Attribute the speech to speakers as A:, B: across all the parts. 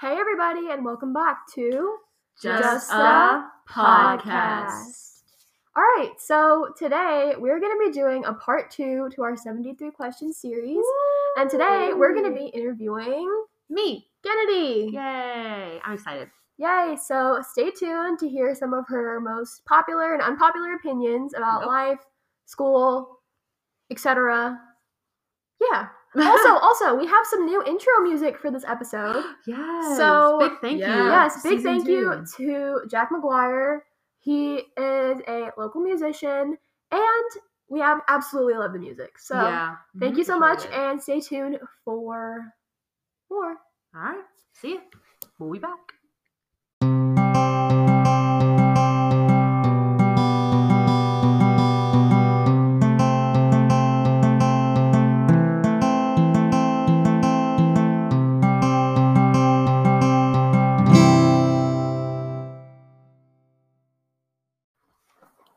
A: Hey, everybody, and welcome back to.
B: Just,
A: Just
B: a
A: a
B: podcast.
A: All right, so today we're going to be doing a part two to our 73 question series. And today we're going to be interviewing
B: me.
A: Kennedy.
B: Yay! I'm excited.
A: Yay! So stay tuned to hear some of her most popular and unpopular opinions about
B: Nope.
A: life, school, etc. Yeah. Also, also, we have some new intro music for this episode.
B: yes.
A: So-
B: big thank you.
C: Yeah.
A: yes, big
C: season
A: thank you to Jack McGuire. He is a local musician, and we ab- absolutely love the music. So
B: yeah.
A: thank you so
C: for
A: much,
C: sure.
A: and stay tuned for more.
B: All right. See you. We'll be back.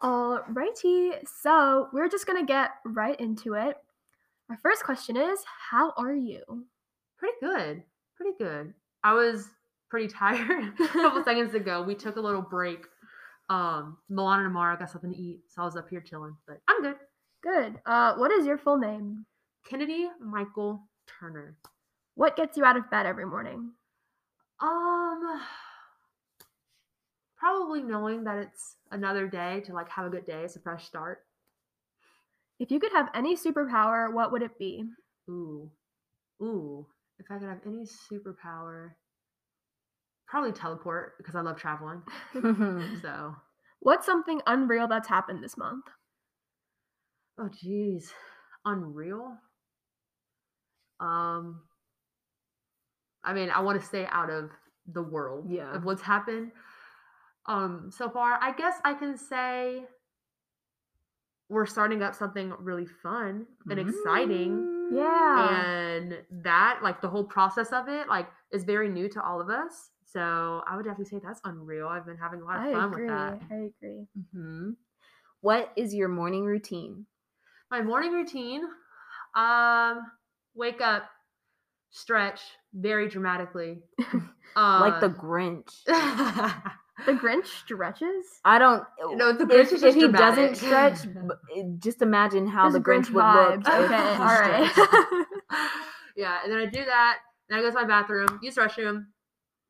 A: Alrighty, so we're just gonna get right into it. Our first question is, how are you?
B: Pretty good. Pretty good. I was pretty tired a couple seconds ago. We took a little break. Um, Milan and Amara got something to eat, so I was up here chilling. But I'm good.
A: Good. Uh, what is your full name?
B: Kennedy Michael Turner.
A: What gets you out of bed every morning?
B: Um, probably knowing that it's another day to like have a good day. It's a fresh start.
A: If you could have any superpower, what would it be?
B: Ooh, ooh. If I could have any superpower, probably teleport because I love traveling. So,
A: What's something unreal that's happened this month?
B: oh geez, unreal. Um, I mean, I want to stay out of the world
C: Yeah.
B: of what's happened. Um, so far, I guess I can say we're starting up something really fun and exciting.
A: Mm. Yeah.
B: and that like the whole process of it like is very new to all of us so i would definitely say that's unreal i've been having a lot of
A: I
B: fun
A: agree.
B: with that
A: I agree.
C: Mhm. What is your morning routine?
B: my morning routine um wake up stretch very dramatically uh,
C: like the Grinch.
A: The Grinch stretches.
C: I don't. uh,
B: no the
C: if
B: Grinch is
C: if
B: just
C: he
B: dramatic.
C: doesn't stretch, b- just imagine how
A: Just
C: the Grinch,
A: Grinch
C: would look.
A: vibes.
C: if
A: Okay,
C: he
A: alright.
C: stretched.
B: yeah and then i do that and i go to my bathroom use the restroom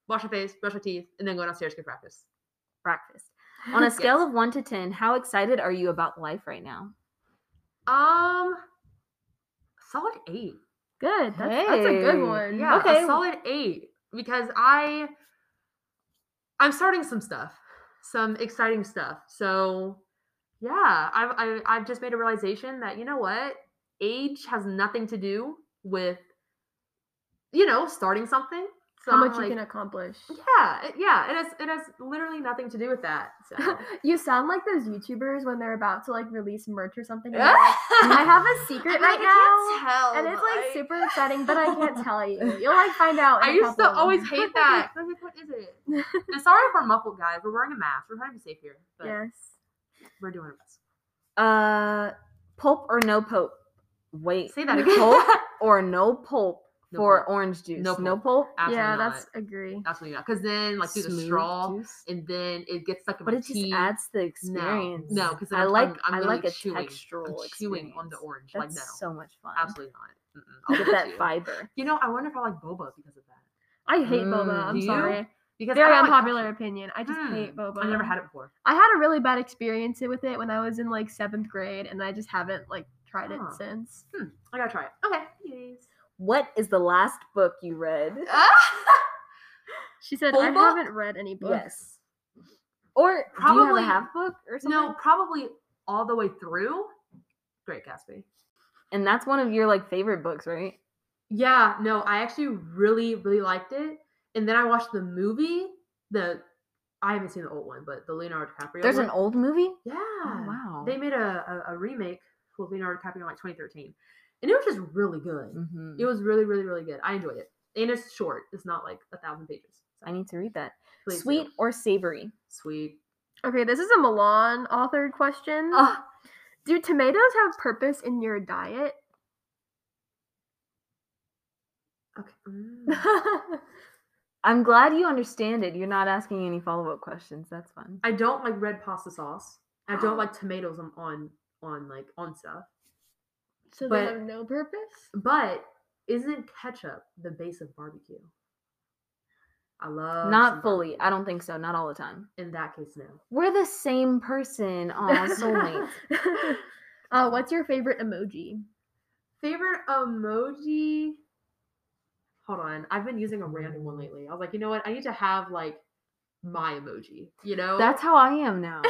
B: wash my face brush my teeth and then go downstairs to practice
C: Breakfast. On a
B: Yes.
C: scale of one to ten, how excited are you about life right now?
B: Um, solid eight.
A: Good. That's, that's a good
C: Hey,
A: one.
B: Yeah,
C: Okay.
B: a solid eight because I I'm starting some stuff, some exciting stuff. So yeah, I've I, I've just made a realization that you know what, age has nothing to do with you know starting something. So
A: How
B: I'm
A: much you
B: like,
A: can accomplish.
B: Yeah, it- yeah. It has it has literally nothing to do with that. So.
A: You sound like those YouTubers when they're about to like release merch or something. and they're like, I have a secret
B: I'm
A: right
B: like,
A: now.
B: I can't tell,
A: And it's like
B: but I-
A: super exciting, but I can't tell you. You'll like find out. in
B: I
A: a
B: used to
A: couple.
B: always hate that. I was like, what is it? and sorry if we're muffled, guys. We're wearing a mask. We're trying to be safe here, but
A: Yes.
B: we're doing our best.
C: Uh, pulp or no pulp? Wait,
B: Say that again.
C: Pulp or no pulp
B: No
C: for
B: pulp.
C: orange juice?
B: No
C: No
B: pulp.
C: pulp.
B: Absolutely
A: yeah,
B: not.
A: that's agree.
B: absolutely not. Because then, like, do the
C: Smooth
B: straw,
C: juice?
B: and then it gets stuck in
C: But
B: my
C: it just
B: teeth.
C: adds to the
B: No,
C: experience.
B: no, because
C: I
B: I'm-
C: like
B: I'm- I'm
C: I
B: literally
C: like a
B: chewing. I'm
C: textural
B: chewing on the
C: experience.
B: orange.
C: That's
B: like, no,
C: so much fun.
B: absolutely not. Mm-mm, I'll
C: Get
B: give it to
C: that
B: you.
C: fiber.
B: You know, I wonder if I like boba because of that.
A: I hate boba.
C: Mm,
A: I'm
B: do you?
A: sorry.
B: Because I
A: Very
B: don't like
A: unpopular
B: ketchup.
A: opinion. I just
B: Mm,
A: hate boba.
B: I never had it before.
A: I had a really bad experience with it when I was in like seventh grade, and I just haven't like tried it
B: Huh.
A: since.
B: I gotta try it. Okay. Yes.
C: What is the last book you read?
A: She said,
B: Full
A: "I
B: book?
A: haven't read any books."
C: Yes. Or do you have a
B: Probably-
C: half book or something?
B: no, probably all the way through. Great Gatsby.
C: And that's one of your like favorite books, right?
B: Yeah, no, I actually really, really liked it. And then I watched the movie. The I haven't seen the old one, but the Leonardo DiCaprio.
C: There's
B: one.
C: an old movie.
B: yeah.
C: Oh, wow.
B: They made a, a, a remake with Leonardo DiCaprio in like 2013, and it was just really good.
C: Mhm.
B: It was really, really, really good. I enjoyed it, and it's short. It's not like a thousand pages.
C: I need to read that.
B: Please do.
C: Sweet or savory?
B: sweet.
A: Okay, this is a Milan authored question.
C: Uh.
B: Ugh,
A: Do tomatoes have purpose in your diet?
B: okay. mm.
C: I'm glad you understand it. You're not asking any follow up questions. That's fun.
B: I don't like red pasta sauce. I don't like tomatoes on on, on like on stuff.
A: So
B: But-
A: they have no purpose.
B: But isn't ketchup the base of barbecue? I love some
C: Not fully.
B: barbecue.
C: I don't think so. Not all the time.
B: In that case, no.
C: We're the same person. Aw, soulmates.
A: uh, what's your favorite emoji?
B: Favorite emoji? Hold on. I've been using a
C: Hmm.
B: random one lately. I was like, you know what? I need to have like my emoji. You know?
C: That's how I am now.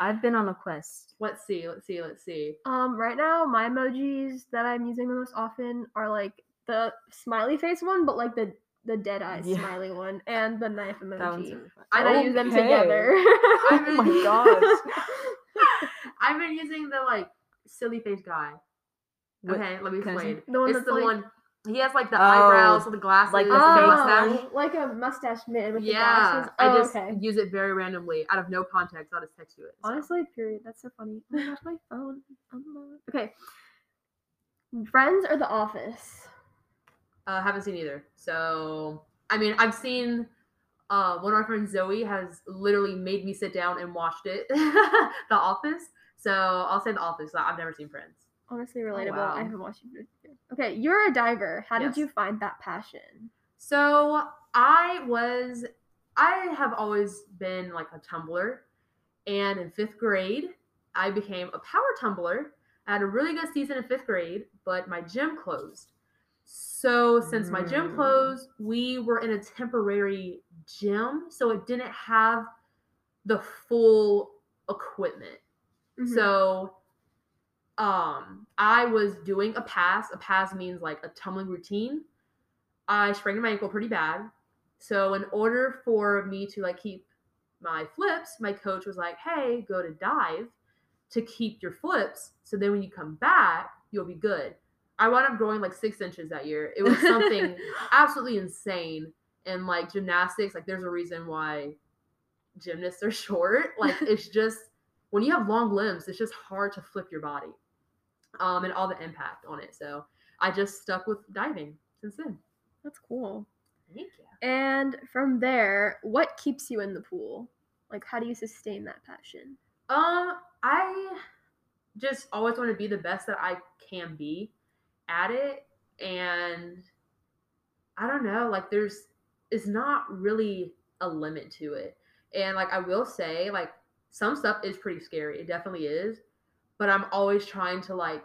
C: I've been on a quest.
B: let's see, let's see, let's see.
A: Um, right now my emojis that I'm using the most often are like the smiley face one, but like the the dead eye
C: Yeah.
A: smiley one and the knife emoji.
C: That one's really fun.
A: and I use them
C: Okay.
A: together.
B: I've
C: Oh
B: been-
C: my gosh.
B: I've been using the like silly face guy.
C: What-
B: Okay, let me
C: can I see?
B: explain.
A: The one
B: it's
A: that's
B: the
A: like-
B: one he has like the
C: Oh,
B: eyebrows and the glasses,
C: like the
B: and
C: fake
B: mustache.
A: Oh, like a mustache man with the
B: Yeah,
A: glasses.
B: I
A: Oh,
B: just
A: okay.
B: use it very randomly out of no context. I'll just text you it. so.
A: Honestly, period. That's so funny. Oh my gosh, my phone. unlocked. Okay. Friends or The Office?
B: Uh, haven't seen either. So, I mean, I've seen uh, one of our friends, Zoe, has literally made me sit down and watched it, The Office. So I'll say The Office. I- I've never seen Friends.
A: Honestly, relatable.
C: wow.
A: I haven't watched it. either. Okay, you're a diver. How
B: Yes.
A: did you find that passion?
B: So I was, I have always been like a tumbler. And in fifth grade, I became a power tumbler. I had a really good season in fifth grade, but my gym closed. So since my gym
C: Mm.
B: closed, we were in a temporary gym. So it didn't have the full equipment.
A: Mm-hmm.
B: So um I was doing a pass. A pass means like a tumbling routine. I sprained my ankle pretty bad. So in order for me to like keep my flips, my coach was like, "Hey, go to dive to keep your flips. So then when you come back, you'll be good." I wound up growing like six inches that year. It was something absolutely insane. And like gymnastics, like there's a reason why gymnasts are short. Like it's just when you have long limbs, it's just hard to flip your body, um, and all the impact on it. So I just stuck with diving since then.
A: That's cool.
B: Thank you.
A: And from there, what keeps you in the pool? Like, how do you sustain that passion?
B: Um, I just always want to be the best that I can be at it, and I don't know, like there's it's not really a limit to it. And like I will say, like some stuff is pretty scary. It definitely is, but I'm always trying to like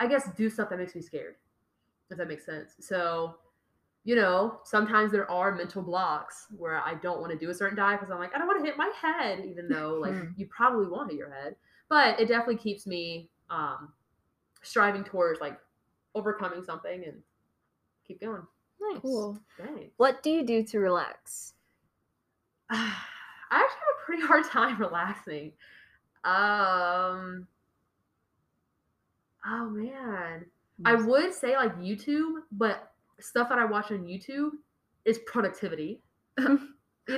B: I guess do stuff that makes me scared. If that makes sense. So, you know, sometimes there are mental blocks where I don't want to do a certain dive because I'm like, I don't want to hit my head, even though like
C: Mm.
B: you probably won't hit your head. But it definitely keeps me um striving towards like overcoming something and keep going.
C: Nice.
A: Cool.
B: Thanks.
C: What do you do to relax?
B: I actually have a pretty hard time relaxing. Um. Oh man, I
C: Mm.
B: would say like YouTube, but stuff that I watch on YouTube is productivity. you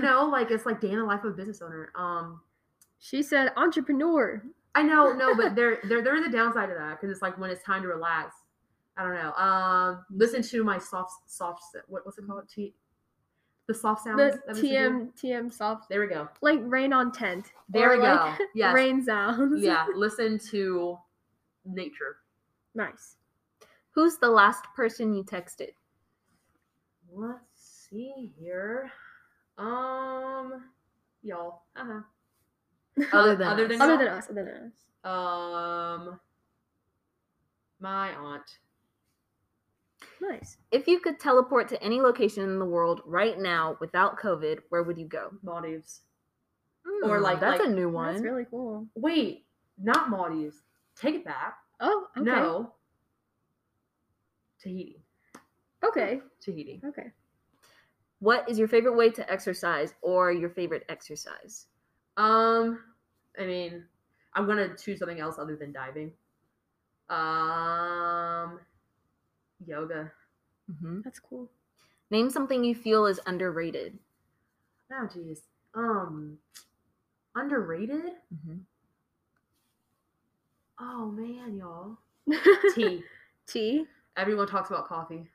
B: know, like it's like day in the life of a business owner. Um,
A: She said, entrepreneur.
B: I know, no, but there, there, there is a downside to that because it's like when it's time to relax. I don't know. Um, listen to my soft, soft. What, what's it called? T, the soft sounds.
A: The
B: that we should do?
A: TM TM soft,
B: There we go.
A: like rain on tent.
B: There
A: or,
B: we
A: like,
B: go. Yes.
A: Rain sounds.
B: yeah. Listen to nature.
A: Nice.
C: Who's the last person you texted?
B: Let's see here. Um, y'all. Uh-huh.
C: Other than
B: other
C: us.
B: than
A: Other
B: y'all?
A: than us, other than us.
B: Um, my aunt.
A: Nice.
C: If you could teleport to any location in the world right now without COVID, where would you go?
B: Maldives. Or
C: Hmm,
B: like-
C: that's
B: like-
C: a new one.
A: That's really cool.
B: Wait, not Maldives. Take it back.
A: Oh, okay.
B: No. Tahiti.
A: Okay.
B: Tahiti.
A: Okay.
C: what is your favorite way to exercise or your favorite exercise?
B: Um, I mean, I'm gonna choose something else other than diving. Um, yoga.
C: Mm-hmm.
A: That's cool.
C: Name something you feel is underrated.
B: Oh, jeez. Um, underrated. Oh man, y'all. Tea.
A: Tea.
B: Everyone talks about coffee.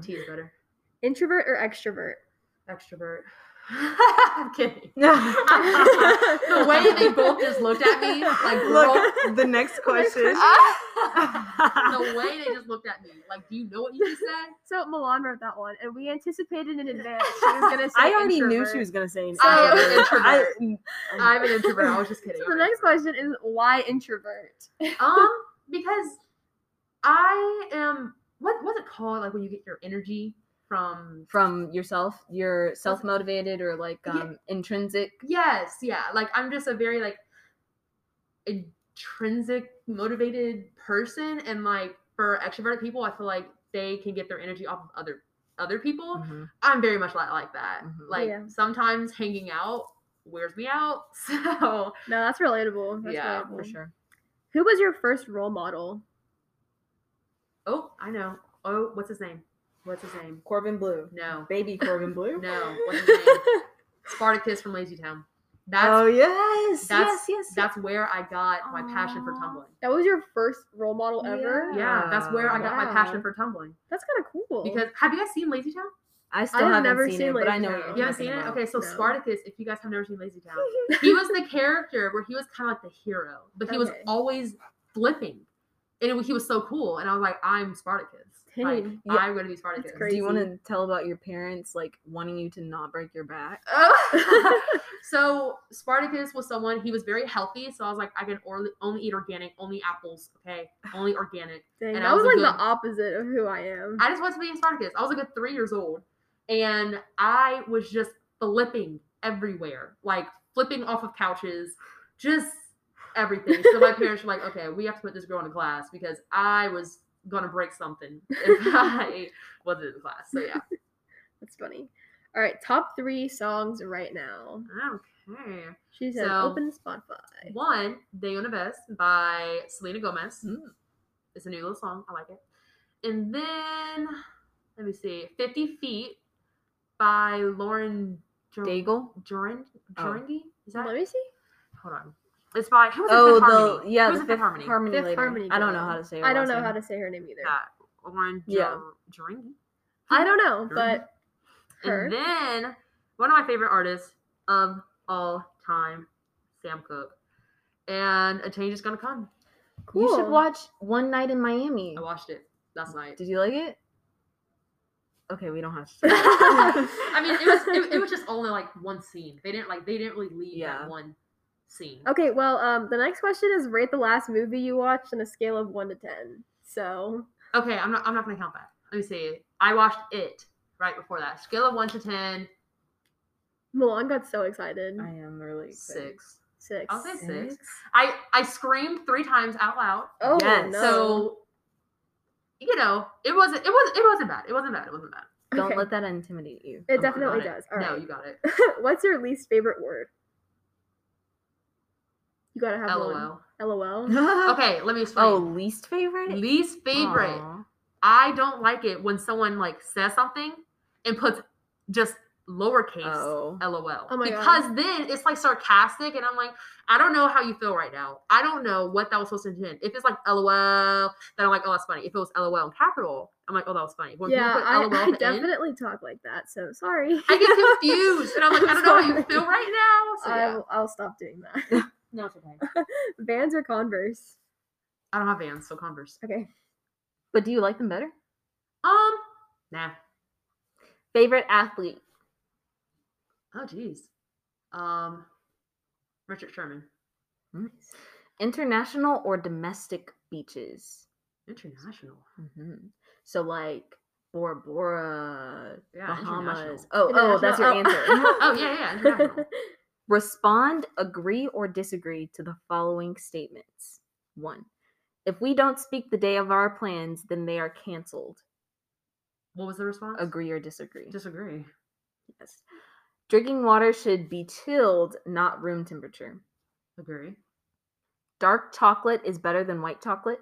B: Tea is better.
A: Introvert or extrovert?
B: Extrovert. I'm kidding. the way they both just looked at me, like girl,
D: Look, the next question.
B: the way they just looked at me, like, do you know what you just said?
A: So Milan wrote that one, and we anticipated in advance she was gonna say.
D: I already knew
A: introvert.
D: she was gonna say
A: So-
B: I am
D: introvert.
B: an introvert.
D: I-
B: I'm an introvert. I was just kidding.
A: So the next question is why introvert?
B: Um, because I am what what's it called? Like when you get your energy from
C: From yourself, you're self motivated or like
B: Yeah.
C: um, intrinsic.
B: Yes, yeah. Like I'm just a very like intrinsic motivated person and like for extroverted people, I feel like they can get their energy off of other other
C: Mm-hmm.
B: people.
D: Mhm.
B: I'm very much like like that.
D: Mhm.
B: Like
A: Yeah.
B: sometimes hanging out wears me out.
A: No,
B: So
A: that's relatable. That's
B: Yeah,
A: relatable.
C: For sure.
A: Who was your first role model?
B: oh, I know. Oh, what's his name? What's his name?
D: Corbin Blue.
B: No.
D: Baby Corbin Blue.
B: No. What's his name? Spartacus from Lazy Town. That's
D: oh yes,
B: that's-
D: yes, yes.
B: that's where I got my passion for
D: Aw.
B: tumbling.
A: That was your first role model ever.
D: Yeah.
B: Yeah, that's where I got my
A: Wow.
B: passion for tumbling.
A: That's kind of cool.
B: Because have you guys seen Lazy Town?
C: I still
A: have
C: haven't
A: never
C: seen,
A: seen
C: it, but I know
A: Lazy Town.
C: what you're
B: You haven't
C: talking
B: seen it?
C: about.
B: Okay, so
A: No.
B: Spartacus, if you guys have never seen Lazy Town, he was the character where he was kind of like the hero, but he was
A: Okay.
B: always flipping. And it- he was so cool. And I was like, I'm Spartacus. Like,
A: Dang.
C: Yeah.
B: I'm going to be Spartacus.
A: crazy.
C: Do you want to tell about your parents like wanting you to not break your back?
B: so Spartacus was someone, he was very healthy. So I was like, I can or- only eat organic, only apples, okay? Only organic.
A: Dang,
B: and I
A: that was
B: was a
A: like
B: good-
A: the opposite of who I am.
B: I just wanted to be a Spartacus. I was like a three years old, and I was just flipping everywhere, like flipping off of couches, just everything. So my parents were like, "Okay, we have to put this girl in a class because I was gonna break something if I wasn't in class." So yeah.
A: That's funny. All right, top three songs right now.
B: Okay.
A: She said,
B: So-
A: "Open Spotify."
B: One, "Day on a Best" by Selena Gomez.
C: Mm.
B: It's a new little song. I like it. And then let me see, "50 Feet" by Lauren. Jo-
C: Daigle?
B: Jorand
C: Oh.
B: Jorangi? Is that
A: Let me see.
B: hold on. It's by who was in Fifth
C: Oh,
B: Harmony?
C: the
B: Who
C: yeah, the
B: was in
C: Fifth Harmony.
A: Fifth
C: lady.
A: Harmony
C: I don't
A: girl.
C: know how to say. Her
A: I don't
C: last
A: know how
C: name.
A: to say her name either.
B: Yeah. Lauren
C: Yeah.
B: jo- Jorangi.
A: I don't know,
B: Mhm.
A: but her.
B: And then one of my favorite artists of all time, Sam Cooke. And a change is gonna come.
C: You should
A: Cool.
C: watch One Night in Miami.
B: I watched it last night.
C: Did you like it? Okay, we don't have to.
B: I mean, it was it, it was just only like one scene. They didn't like they didn't really leave
C: Yeah.
B: that one scene.
A: Okay, well, um, the next question is rate the last movie you watched on a scale of one to ten. So
B: Okay, I'm not. I'm not gonna count that. Let me see. I watched it right before that. Scale of one to ten,
A: Milan got so excited.
C: I am really excited.
B: six.
A: Six.
B: I'll say six. I I screamed three times out loud.
A: Oh
C: Yes.
A: no!
B: So you know, it wasn't. It was. It wasn't bad. It wasn't bad. It wasn't bad.
C: Don't
A: Okay.
C: let that intimidate you.
A: it
B: Don't worry
A: definitely
B: about
A: does. All
B: no,
A: right.
B: you got it.
A: What's your least favorite word? You gotta have
B: LOL.
A: one. LOL.
B: Okay, let me explain.
C: oh, least favorite.
B: Least favorite.
C: Aw.
B: I don't like it when someone like says something and puts just lowercase.
C: Oh.
B: LOL.
A: Oh my God.
B: because then it's like sarcastic, and I'm like, I don't know how you feel right now. I don't know what that was supposed to intend. If it's like LOL, then I'm like, oh, that's funny. If it was LOL in capital, I'm like, oh, that was funny. When people
A: yeah,
B: put
A: I,
B: LOL
A: I
B: at the end,
A: definitely talk like that. So sorry.
B: I get confused, and I'm like, I don't know how you
A: Sorry. Um,
B: feel right now. So yeah.
A: I'll, I'll stop doing that.
B: No, it's okay.
A: Vans or Converse?
B: I don't have Vans, so Converse.
A: Okay.
C: But do you like them better?
B: Um, nah.
C: Favorite athlete.
B: Oh, jeez. Um, Richard Sherman.
C: International or domestic beaches?
B: International.
C: Mhm. So like Bora Bora,
B: Yeah,
C: Bahamas.
B: international.
C: Oh, oh, that's your
A: International-
C: answer.
B: Oh, yeah, yeah, international.
C: Respond, agree, or disagree to the following statements. One, if we don't speak the day of our plans, then they are canceled.
B: What was the response?
C: Agree or disagree.
B: Disagree.
C: Yes. Drinking water should be chilled, not room temperature.
B: Agree.
C: Dark chocolate is better than white chocolate.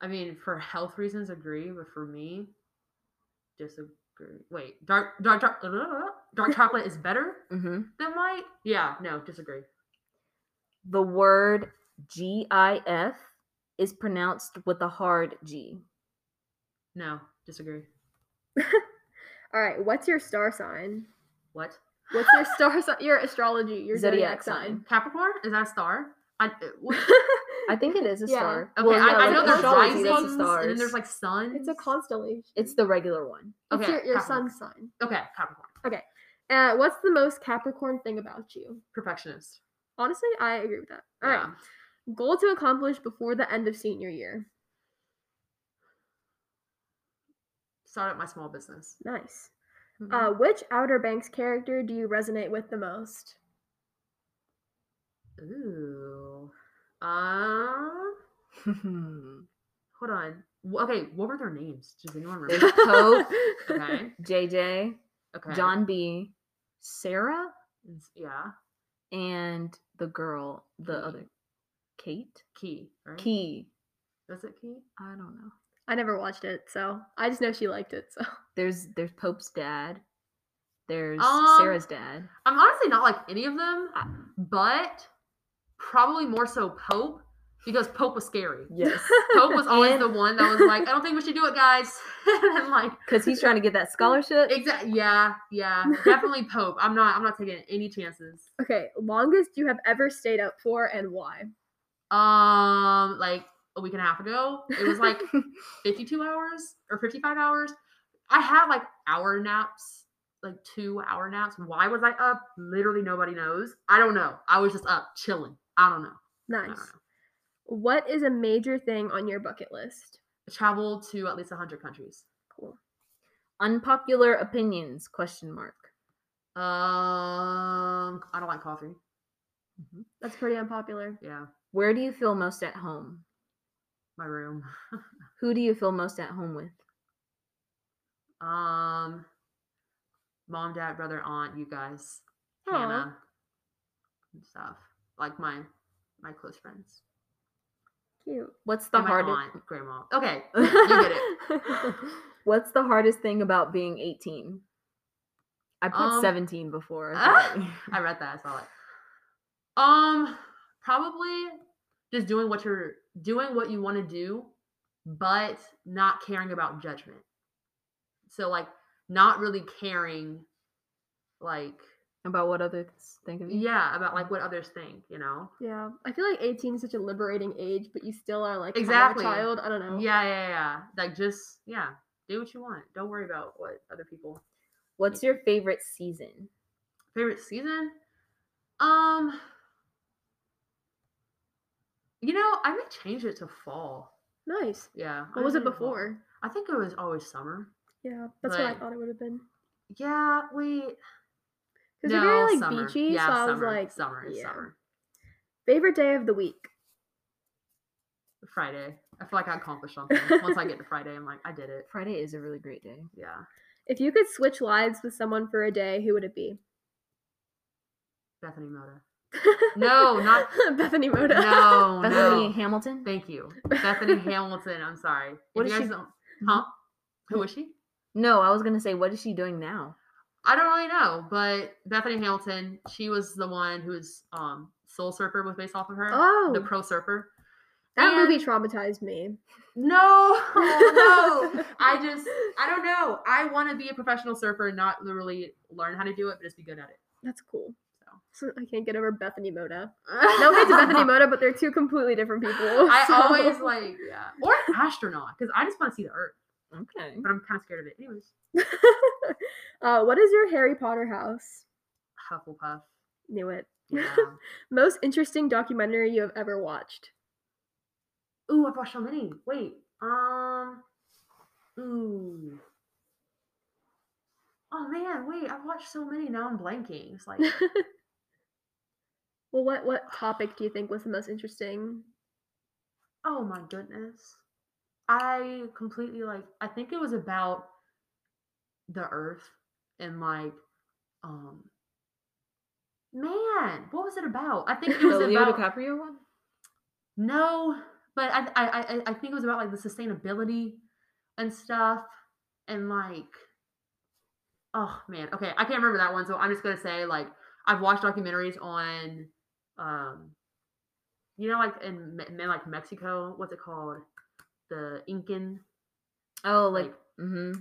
B: I mean, for health reasons, agree, but for me, disagree. Wait, dark, dark, dark, dark chocolate is better
C: Mm-hmm.
B: than white? Yeah, no, disagree.
C: The word GIF is pronounced with a hard G.
B: No, disagree.
A: All right, what's your star sign?
B: What?
A: What's your star sign? Your astrology, your zodiac,
C: Zodiac
A: sign.
B: Capricorn? Is that a star? I, uh, what-
C: I think it is a
A: Yeah.
C: star.
B: okay,
C: Well,
B: I,
C: no,
B: I
C: it's
B: know there's
C: astrology,
B: risings
C: that's the
B: and then
C: stars.
B: there's like sun.
A: It's a constellation.
C: It's the regular one.
A: It's
B: okay,
A: your, your
B: Capricorn.
A: sun sign.
B: Okay, Capricorn.
A: Uh, what's the most Capricorn thing about you?
B: Perfectionist.
A: Honestly, I agree with that. All right,
B: Yeah.
A: goal to accomplish before the end of senior year.
B: Start up my small business.
A: Nice.
B: Mhm.
C: Mm-hmm.
A: Uh, which Outer Banks character do you resonate with the most?
B: Ooh. Um.
C: Uh,
B: Hold on. Wh- Okay, what were their names? Does anyone remember?
C: There's Pope,
B: okay.
C: JJ,
B: Okay.
C: John B, Sarah,
B: It's- Yeah.
C: and the girl, the
B: Key.
C: other Kate?
B: Key. Right?
C: Key.
B: Is it Key?
C: I don't know.
A: I never watched it, so I just know she liked it. So
C: There's there's Pope's dad. There's
B: Um,
C: Sarah's dad.
B: I'm honestly not like any of them,
C: I-
B: but probably more so Pope because Pope was scary.
C: Yes.
B: Pope was always the one that was like, I don't think we should do it, guys. and like,
C: Because he's trying to get that scholarship.
B: exactly. Yeah, yeah, definitely Pope. I'm not. I'm not taking any chances.
A: okay, longest you have ever stayed up for and why?
B: Um, like a week and a half ago, it was like 52 hours or 55 hours. I had like hour naps, like two hour naps. Why was I up? Literally nobody knows. I don't know. I was just up chilling. I don't know. I don't
A: Nice.
B: know.
A: What is a major thing on your bucket list?
B: Travel to at least 100 countries.
A: Cool.
C: Unpopular opinions? Question mark.
B: Um, I don't like coffee.
A: That's pretty unpopular.
B: Yeah,
C: Where do you feel most at home?
B: my room.
C: Who do you feel most at home with?
B: Um, mom, dad, brother, aunt, you guys,
A: Aw.
B: Hannah, and stuff. Like my my close friends.
A: Cute.
C: What's the
B: and my
C: hardest?
B: aunt, grandma. Okay, you get it.
C: What's the hardest thing about being 18? I put
B: Um,
C: 17 before.
B: ah,
C: sorry.
B: I read that. I saw it. Um, probably just doing what you're doing, what you want to do, but not caring about judgment. So like not really caring, like
C: about what others think of you.
B: yeah, about like what others think. You know.
A: Yeah, I feel like 18 is such a liberating age, but you still are like kinda
B: Exactly.
A: a child. I don't know.
B: Yeah, yeah, yeah. Like just yeah, do what you want. Don't worry about what other people
C: What's your favorite season?
B: favorite season. Um, you know, I may change it to fall.
A: Nice.
B: Yeah. I
A: What was it
B: may do fall.
A: before?
B: I think it was always summer.
A: Yeah, that's what I
B: But-
A: thought it would have been.
B: Yeah, wait.
A: Because they're
B: no,
A: very like
B: summer.
A: beachy,
B: Yeah,
A: so
B: summer.
A: I was like,
B: summer, it's
A: yeah.
B: summer.
A: favorite day of the week.
B: Friday. I feel like I accomplished something. Once I get to Friday, I'm like, I did it.
C: Friday is a really great day.
B: Yeah.
A: If you could switch lives with someone for a day, who would it be?
B: Bethany Moda. No, not-
A: Bethany Moda.
B: No,
C: Bethany
B: Oh, no.
C: Hamilton.
B: Thank you. Bethany Hamilton. I'm sorry. If
C: What
B: you
C: is she-
B: guys don't- Huh? Who is she?
C: no, I was gonna say, what is she doing now?
B: I don't really know, but Bethany Hamilton, she was the one who was um Soul Surfer was based off of her.
A: Oh,
B: The Pro Surfer.
A: that movie
B: and-
A: traumatized me.
B: No, Oh, no. I just I don't know. I want to be a professional surfer and not literally learn how to do it, but just be good at it.
A: That's cool.
B: So.
A: So I can't get over Bethany Moda. No hate to Bethany Moda, but they're two completely different people.
B: I
A: so-
B: always like yeah. Or an astronaut, because I just want to see the earth.
C: Okay.
B: But I'm kind of scared of it. Anyways.
A: uh, what is your Harry Potter house?
B: Hufflepuff.
A: Knew it.
B: Yeah.
A: Most interesting documentary you have ever watched.
B: Ooh, I've watched so many. Wait. Um. Ooh. Oh man, wait. I've watched so many. Now I'm blanking. It's like
A: well, what what topic do you think was the most interesting?
B: Oh my goodness. I completely like I think it was about the earth and like um man, what was it about? I think it
C: The
B: was
C: Leo
B: about
C: DiCaprio one.
B: no, but I, I I I- I think it was about like the sustainability and stuff and like oh man, okay, I can't remember that one, so I'm just gonna say like I've watched documentaries on um you know like in, Me- Me- like Mexico, what's it called? The Incan
C: Oh,
B: like,
C: like, mm-hmm.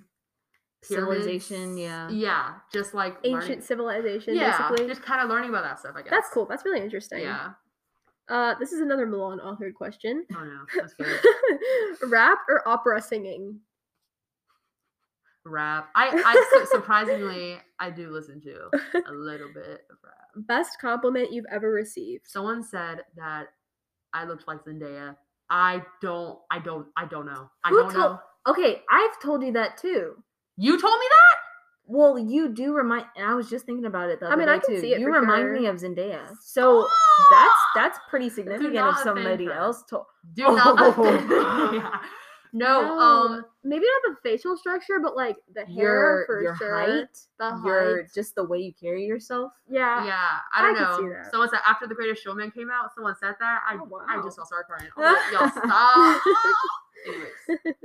B: pyramids.
C: Civilization, yeah.
B: Yeah. Just like
A: Ancient civilization,
B: learning. Yeah.
A: basically.
B: Just kind of learning about that stuff, I guess.
A: That's cool. That's really interesting.
B: Yeah.
A: Uh, this is another Milan authored question.
B: Oh no. That's good.
A: Rap or opera singing?
B: rap. I, I su- surprisingly I do listen to a little bit of rap.
A: Best compliment you've ever received.
B: Someone said that I looked like Zendaya. I don't I don't I don't know. I
C: Who
B: don't
C: told-
B: know.
C: Okay, I've told you that too.
B: You told me that?
C: Well, you do remind, and I was just thinking about it the
A: I
C: other
A: mean,
C: day
A: I can
C: too.
A: see it
C: you
A: for
C: remind
A: sure.
C: me of Zendaya, so that's that's pretty significant.
B: not
C: If
B: offend
C: somebody
B: her.
C: else told,
B: do not
C: Oh.
B: Yeah. No, um
A: maybe not the facial structure, but like the hair
C: your
A: for
C: your
A: sure.
C: height,
A: the
C: your
A: height.
C: just the way you carry yourself.
A: Yeah.
B: yeah, I don't
A: I could see
B: know.
A: that.
B: Someone said after the Greatest Showman came out, someone said that. I
A: Oh,
B: I
A: wow.
B: just all started crying. I'm like, y'all stop. Anyways,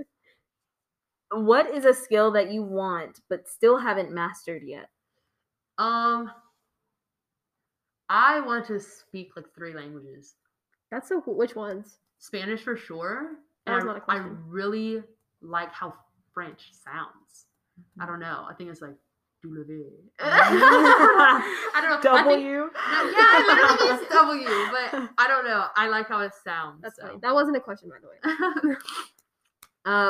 C: What is a skill that you want but still haven't mastered yet?
B: um, I want to speak like three languages.
A: That's so cool. Which ones?
B: Spanish for sure.
A: That was
B: And
A: not a
B: I, I
A: question.
B: really like how French sounds.
A: Mm-hmm.
B: I don't know. I think it's like W. I don't know. I think,
C: W.
B: no, yeah, I literally used W, but I don't know. I like how it sounds.
A: That's
B: so.
A: funny. That wasn't a question, by the way.
C: Uh,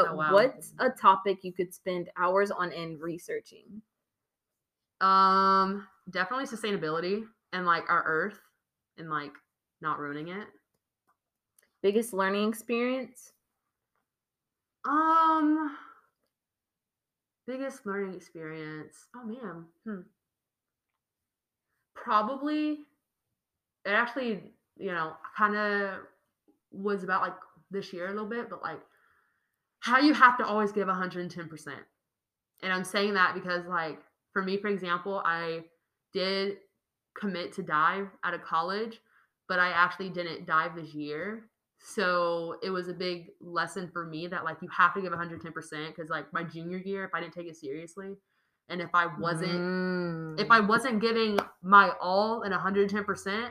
B: Oh, wow.
C: What's a topic you could spend hours on end researching?
B: um, definitely sustainability and like our Earth and like not ruining it.
C: Biggest learning experience?
B: Um, biggest learning experience. Oh man, hmm. probably it actually you know kind of was about like this year a little bit, but like how you have to always give one hundred and ten percent. And I'm saying that because like for me, for example, I did commit to dive out of college, but I actually didn't dive this year so it was a big lesson for me that like you have to give 110% because like my junior year if i didn't take it seriously and if i wasn't if i wasn't giving my all and 110%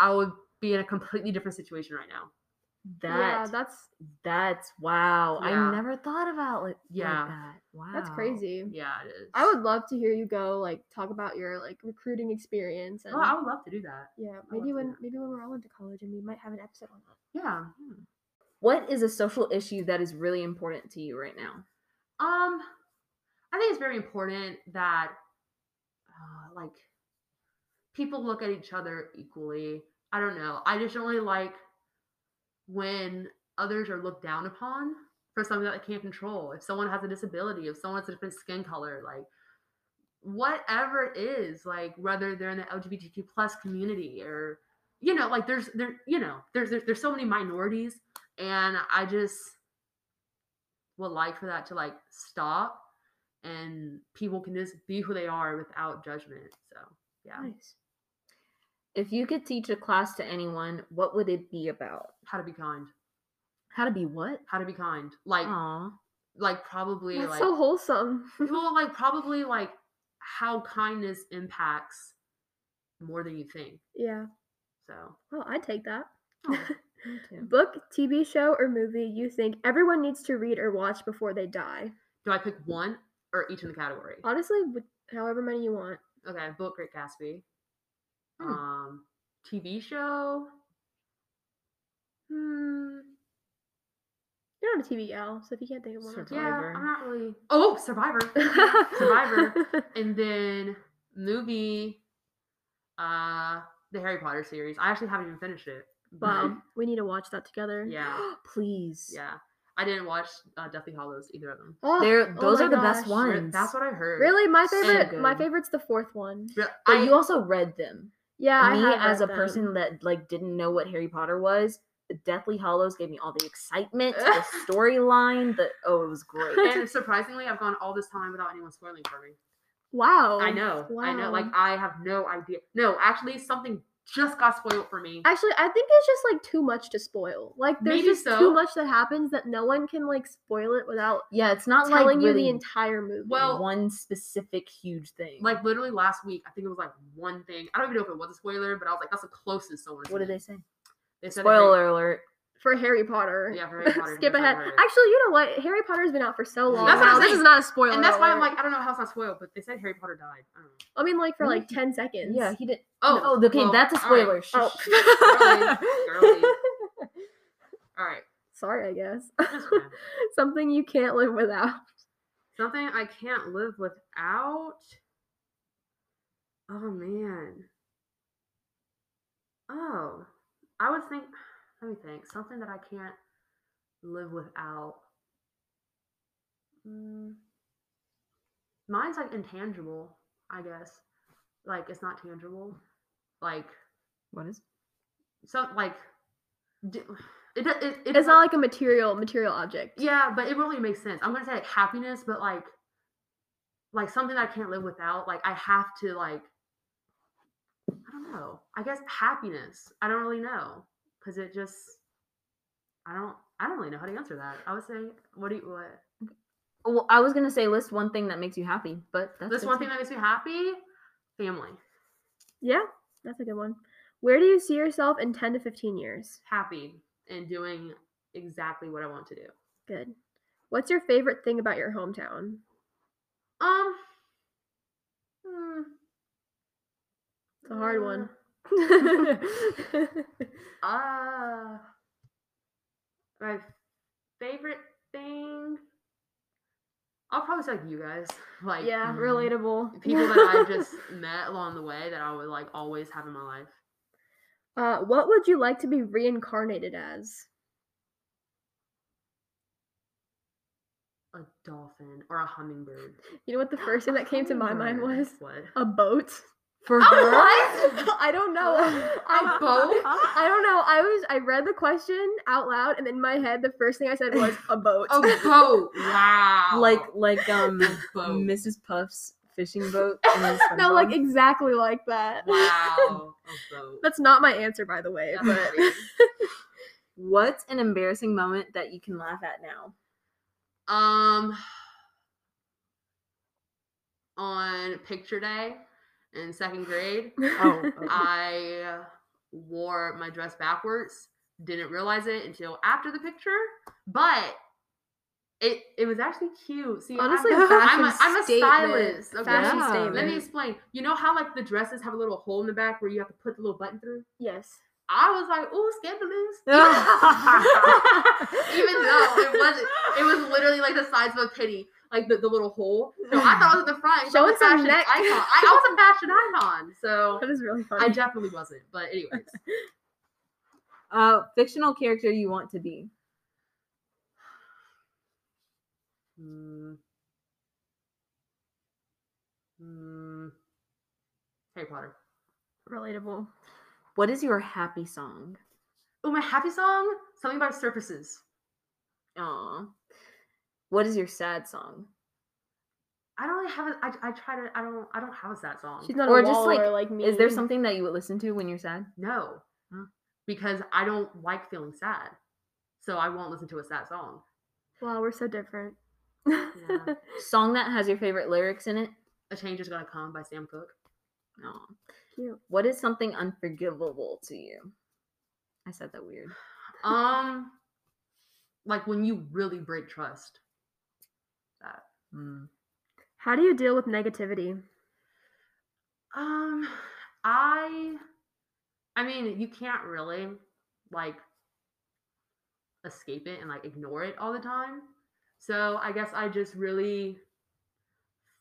B: i would be in a completely different situation right now
C: that
A: yeah, that's
C: That's wow.
B: Yeah.
C: I never thought about it.
B: Yeah.
C: Like that. Wow.
A: that's crazy.
B: yeah it is
A: I would love to hear you go like talk about your like recruiting experience and
B: oh, i would love to do that
A: yeah,
B: love to
A: maybe when
B: hear.
A: maybe when we're all into college and we might have an episode on that.
B: yeah
C: What is a social issue that is really important to you right now?
B: Um, I think it's very important that uh, like people look at each other equally. I don't know. I just don't really like when others are looked down upon for something that they can't control. If someone has a disability, if someone has a different skin color, like whatever it is, like whether they're in the LGBTQ plus community or you know, like there's there you know, there's there's, there's so many minorities and I just would like for that to like stop and people can just be who they are without judgment. So yeah.
A: Nice.
C: If you could teach a class to anyone, what would it be about?
B: How to be kind.
C: How to be what?
B: How to be kind. Like
C: Aw.
B: like probably
A: That's
B: like
A: so wholesome.
B: well like probably like how kindness impacts more than you think.
A: yeah.
B: So
A: Well, I take that.
B: oh,
C: me too.
A: Book, TV show, or movie you think everyone needs to read or watch before they die.
B: do I pick one or each in the category?
A: Honestly, wh- however many you want.
B: Okay, book Great Gatsby.
C: Hmm.
B: Um TV show. Hmm.
A: You're not a TV gal, so if you can't think of one, that's fine.
B: Yeah,
C: Survivor.
B: I'm not really Oh, Survivor. Survivor. and then movie uh the harry potter series i actually haven't even finished it but-
A: wow, we need to watch that together.
B: yeah
C: Please.
B: yeah i didn't watch uh, deathly hollows either of them
A: Oh,
C: They're,
A: oh
C: those
A: my
C: are the best
A: gosh.
B: Re-
C: ones.
B: that's what i heard
A: really my
B: So
A: favorite. my
C: good.
A: favorite. favorite's the fourth one.
B: Re-
C: But
B: I,
C: you also read them.
A: Yeah,
C: me
A: I have
C: as a
A: read them.
C: person that like didn't know what Harry Potter was, Deathly Hollows gave me all the excitement, the storyline. The oh, it was great.
B: and surprisingly i've gone all this time without anyone spoiling for me
A: Wow,
C: Oh,
B: i know i know like i have no idea no actually something just got spoiled for me
A: Actually, I think it's just like too much to spoil. Like there's
B: Maybe
A: just
B: so.
A: too much that happens that no one can like spoil it without
C: yeah, it's not like
A: telling you
C: really
A: the entire movie.
B: Well-
C: one specific huge thing.
B: like literally last week i think it was like one thing i don't even know if it was a spoiler but i was like that's the closest someone
C: what did they say?
B: they said that Harry-
C: Spoiler alert.
A: for Harry Potter.
B: Yeah, Harry Potter.
A: Skip
B: yes, I
A: ahead.
B: heard.
A: Actually, you know what? Harry Potter's been out for so long.
B: That's what I'm
A: now. This
B: saying.
A: is not a spoiler.
B: and that's why I'm
A: alert.
B: like, I don't know how it's not spoiled, but they said Harry Potter died. I don't know.
A: I mean, like for
C: Really?
A: like ten seconds.
C: Yeah, he did.
B: Oh,
C: Oh, okay,
B: well,
C: that's a
B: all right.
C: spoiler. Shh,
A: Oh.
C: shh, shh.
B: Girly. All right.
A: Sorry, I guess.
B: that's fine.
A: Something you can't live without.
B: Something I can't live without. Oh man. Oh, I would think. Let me think. Something that I can't live without. Mm. Mine's like intangible, I guess. Like it's not tangible. Like
C: What is?
B: some like. d- It, do- it, it
A: It's not like a material material object.
B: yeah, but it really makes sense. I'm gonna say like happiness, but like like something that I can't live without. Like I have to like I don't know. I guess happiness. I don't really know because it just I don't I don't really know how to answer that. I would say what do you what
C: Well, I was gonna say list one thing that makes you happy, but that's
B: this one thing that makes me happy family
A: Yeah, that's a good one. Where do you see yourself in ten to fifteen years?
B: happy and doing exactly what I want to do.
A: Good. What's your favorite thing about your hometown?
B: Um. hmm,
A: It's a hard
B: uh,
A: one.
B: Uh, my favorite thing. I'll probably say like you guys, like mm-hmm.
A: yeah,
C: mm,
A: relatable.
B: people that I just met along the way that I would like always have in my life.
A: Uh, what would you like to be reincarnated as?
B: A dolphin or a hummingbird.
A: You know what the first thing that came to my mind
B: Hummingbird.
A: was?
B: what?
A: A boat.
C: for
B: her-
C: her.
B: What?
A: I don't know. I
B: boat?
A: I don't know. I was I read the question out loud and in my head the first thing I said was a boat.
B: A boat. Wow.
C: Like like um
B: a boat.
C: Mrs. Puff's fishing boat.
A: no, like exactly like that.
B: Wow. A boat.
A: That's not my answer by the way,
B: That's
A: but
B: crazy.
C: what's an embarrassing moment that you can laugh at now?
B: Um, on picture day in second grade,
C: Oh,
B: I wore my dress backwards. Didn't realize it until after the picture, but it it was actually cute. See,
A: Honestly,
B: I'm, I'm a,
A: fashion
B: I'm a
A: statement.
B: stylist. Okay,
A: Fashion
C: Yeah.
A: statement.
B: let me explain. You know how like the dresses have a little hole in the back where you have to put the little button through.
A: Yes.
B: I was like, "Ooh, scandalous!" even
C: Even
B: though uh, it wasn't it was literally like the size of a penny like the, the little hole so i thought i was at the front 'cause
A: Showing
B: I'm a
A: some
B: fashion
A: neck.
B: icon I, I was a fashion icon so
A: That is really
B: i
A: funny.
B: definitely wasn't but anyways
C: uh, fictional character you want to be.
B: Hmm. Hmm. harry potter
A: Relatable.
C: What is your happy song?
B: oh my happy song something about surfaces
C: Aw. What is your sad song?
B: i don't really have a, I, I try to i don't i don't have a sad song
A: She's not
C: Or
A: a
C: just,
A: waller
C: like,
A: like me.
C: Is there something that you would listen to when you're sad?
B: no Hmm. because i don't like feeling sad so i won't listen to a sad song
A: Wow, we're so different.
B: Yeah.
C: Song that has your favorite lyrics in it?
B: a change is gonna come by sam cooke
C: Aw.
A: Cute.
C: What is something unforgivable to you? I said that weird.
B: Um, like when you really break trust. That. Hmm.
A: How do you deal with negativity?
B: Um, I, I mean, you can't really like escape it and like ignore it all the time. So I guess I just really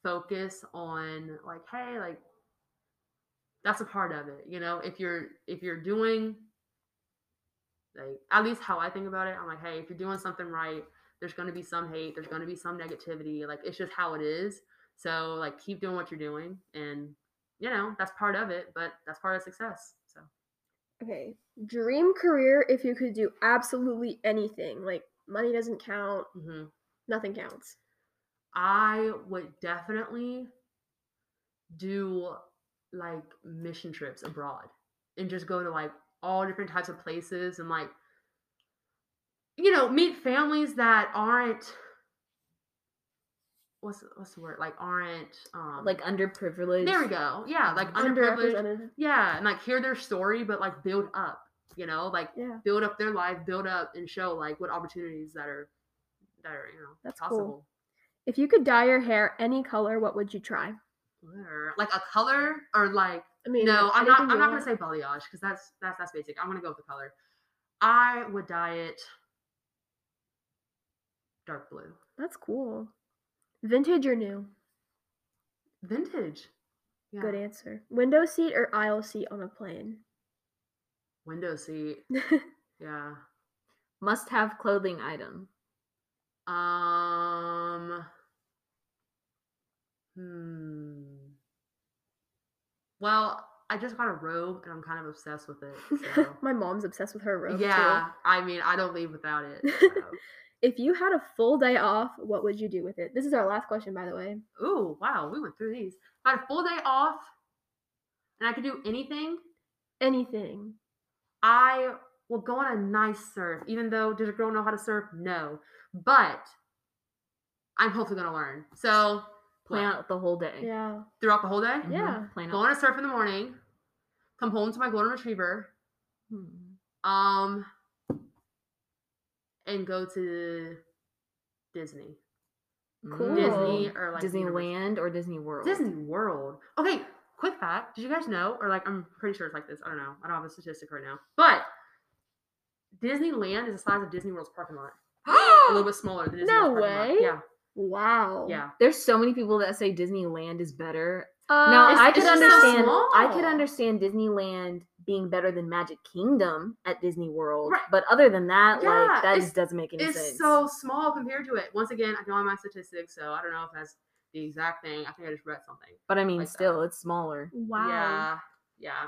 B: focus on like, hey, like that's a part of it, you know. If you're if you're doing like at least how I think about it, I'm like, hey, if you're doing something right, there's gonna be some hate, there's gonna be some negativity, like it's just how it is. So like keep doing what you're doing and you know, that's part of it, but that's part of success. So
A: Okay. Dream career if you could do absolutely anything. Like money doesn't count,
B: mhm.
A: nothing counts.
B: I would definitely do like mission trips abroad and just go to like all different types of places and like you know meet families that aren't what's what's the word like aren't um
C: Like underprivileged.
B: there we go yeah like underprivileged
A: Underrepresented.
B: yeah and like hear their story but like build up you know like
A: Yeah.
B: build up their life build up and show like what opportunities that are that are you know
A: That's cool.
B: possible
A: If you could dye your hair any color, what would you try?
B: Or, like a color or like
A: I mean,
B: no
A: anything
B: i'm not
A: you
B: i'm not gonna
A: want.
B: say balayage because that's that's that's basic i'm gonna go with the color i would dye it dark blue
A: That's cool. Vintage or new?
B: vintage yeah
A: Good answer. Window seat or aisle seat on a plane?
B: window seat yeah
C: Must have clothing item.
B: Um. Hmm. Well, I just got a robe and I'm kind of obsessed with it. So.
A: My mom's obsessed with her robe.
B: yeah, I mean, I don't leave without it. so.
A: Too. If you had a full day off, what would you do with it? This is our last question, by the way.
B: Ooh, wow, we went through these. I had a full day off, and I could do anything.
A: Anything.
B: I will go on a nice surf, even though does a girl know how to surf? No, but I'm hopefully gonna learn. So
C: Plan
B: what,
C: out the whole day.
A: Yeah.
B: throughout the whole day.
C: Mhm,
A: Yeah.
C: Plan
B: go
C: out.
B: Mm-hmm. on a surf in the morning, come home to my golden retriever,
C: Mhm.
B: um, and go to Disney,
A: Cool.
B: Mm-hmm. Disney or like Universal-
C: Disneyland or Disney World.
B: Disney World. Okay, quick fact: Did you guys know, or like, I'm pretty sure it's like this. I don't know. I don't have a statistic right now, but Disneyland is the size of Disney World's parking lot. A little bit smaller than Disney
A: No
B: World's parking
A: way.
B: lot.
A: Wow.
B: Yeah, yeah.
C: There's so many people that say Disneyland is better.
A: Uh,
C: now
B: it's-
C: I could
B: it's just so
C: understand. I could
B: small.
C: understand Disneyland being better than Magic Kingdom at Disney World,
B: Right.
C: but other than that,
B: Yeah,
C: like that
B: it's-
C: just doesn't make any
B: It's
C: sense.
B: so small compared to it. Once again, I don't have my statistics, so I don't know if that's the exact thing. I think I just read something.
C: but I mean,
B: like that.
C: still, it's smaller.
A: Wow.
B: Yeah. Yeah.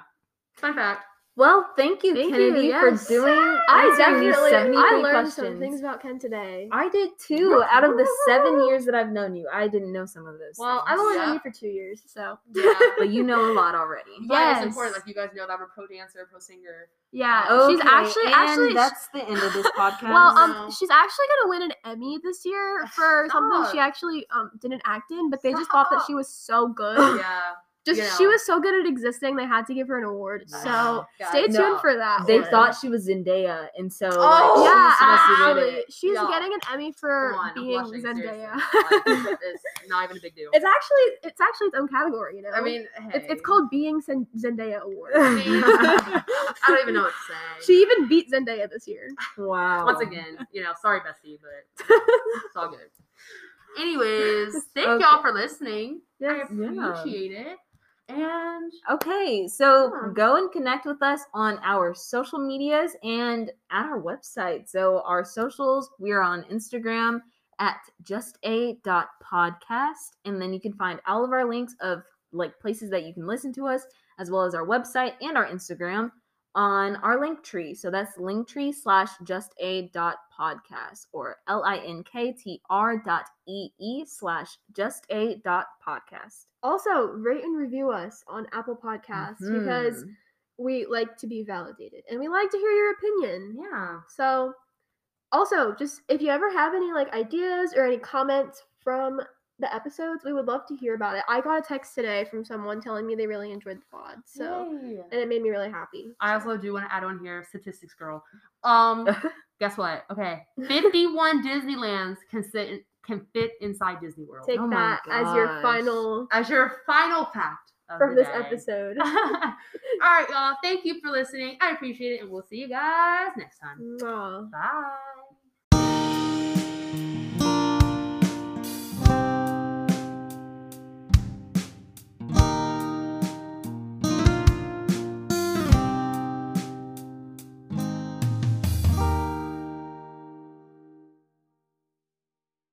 B: Fun fact.
C: Well, thank you,
A: Thank
C: Kennedy,
A: you, yes.
C: for doing.
A: I
C: answering these
A: definitely
C: 73
A: I learned some
C: questions.
A: things about Ken today.
C: I did too.
B: Woof,
C: Out of the
B: woof,
C: seven years that I've known you, I didn't know some of those.
A: well, I've
C: things.
A: only known
B: Yeah.
A: you for two years, so
B: Yeah.
C: but you know a lot already.
B: But it's important,
A: Yes.
B: like you guys know that I'm a pro dancer, pro singer.
A: yeah,
B: Okay,
A: she's actually
C: and
A: actually
C: that's the end of this podcast.
A: Well,
B: No.
A: um, she's actually gonna win an Emmy this year for something she
B: Stop.
A: actually um didn't act in, but they just thought that she was so good.
B: Yeah.
A: Just
B: you
A: she
B: know.
A: was so good at existing, they had to give her an award. So
B: Wow. Guys,
A: stay tuned
B: no.
A: for that.
C: they
A: one.
C: thought she was Zendaya, and so
B: Oh,
A: yeah,
C: she was supposed to win
A: actually,
C: it.
A: she's
B: Y'all,
A: getting an Emmy for
B: Come on, I'm
A: being
B: blushing, seriously.
A: Zendaya.
B: Like, it's not even a big deal.
A: it's actually it's actually its own category, you know.
B: I mean,
A: it's,
B: hey.
A: it's called Being Zen- Zendaya Award.
B: I mean, I don't even know what to say.
A: she even beat Zendaya this year.
C: Wow.
B: Once again, you know, sorry, Bessie, but it's all good. Anyways, thank
C: Okay.
B: y'all for listening.
A: Yes.
C: Yeah.
B: I appreciate it. And
C: Okay, so
B: Yeah.
C: go and connect with us on our social medias and at our website. So our socials, we are on Instagram at just a dot podcast, and then you can find all of our links of like places that you can listen to us, as well as our website and our Instagram on our link tree. So that's linktree slash just a dot podcast or L I N K T R dot E E slash just a dot podcast.
A: Also, rate and review us on Apple Podcasts because we like to be validated and we like to hear your opinion.
B: yeah.
A: So, also, just if you ever have any like ideas or any comments from the episodes, we would love to hear about it. I got a text today from someone telling me they really enjoyed the pod, so
B: Yay.
A: and it made me really happy.
B: I also do want to add on here, statistics girl. Um, guess what? Okay, fifty-one Disneylands can sit in, can fit inside Disney World.
A: Take
C: Oh my
A: that as your
C: gosh.
A: final
B: As your final fact of
A: from
B: the
A: this
B: day.
A: episode.
B: All
A: Mm.
B: right, y'all. Thank you for listening. I appreciate it, and we'll see you guys next time.
A: Mwah.
B: Bye.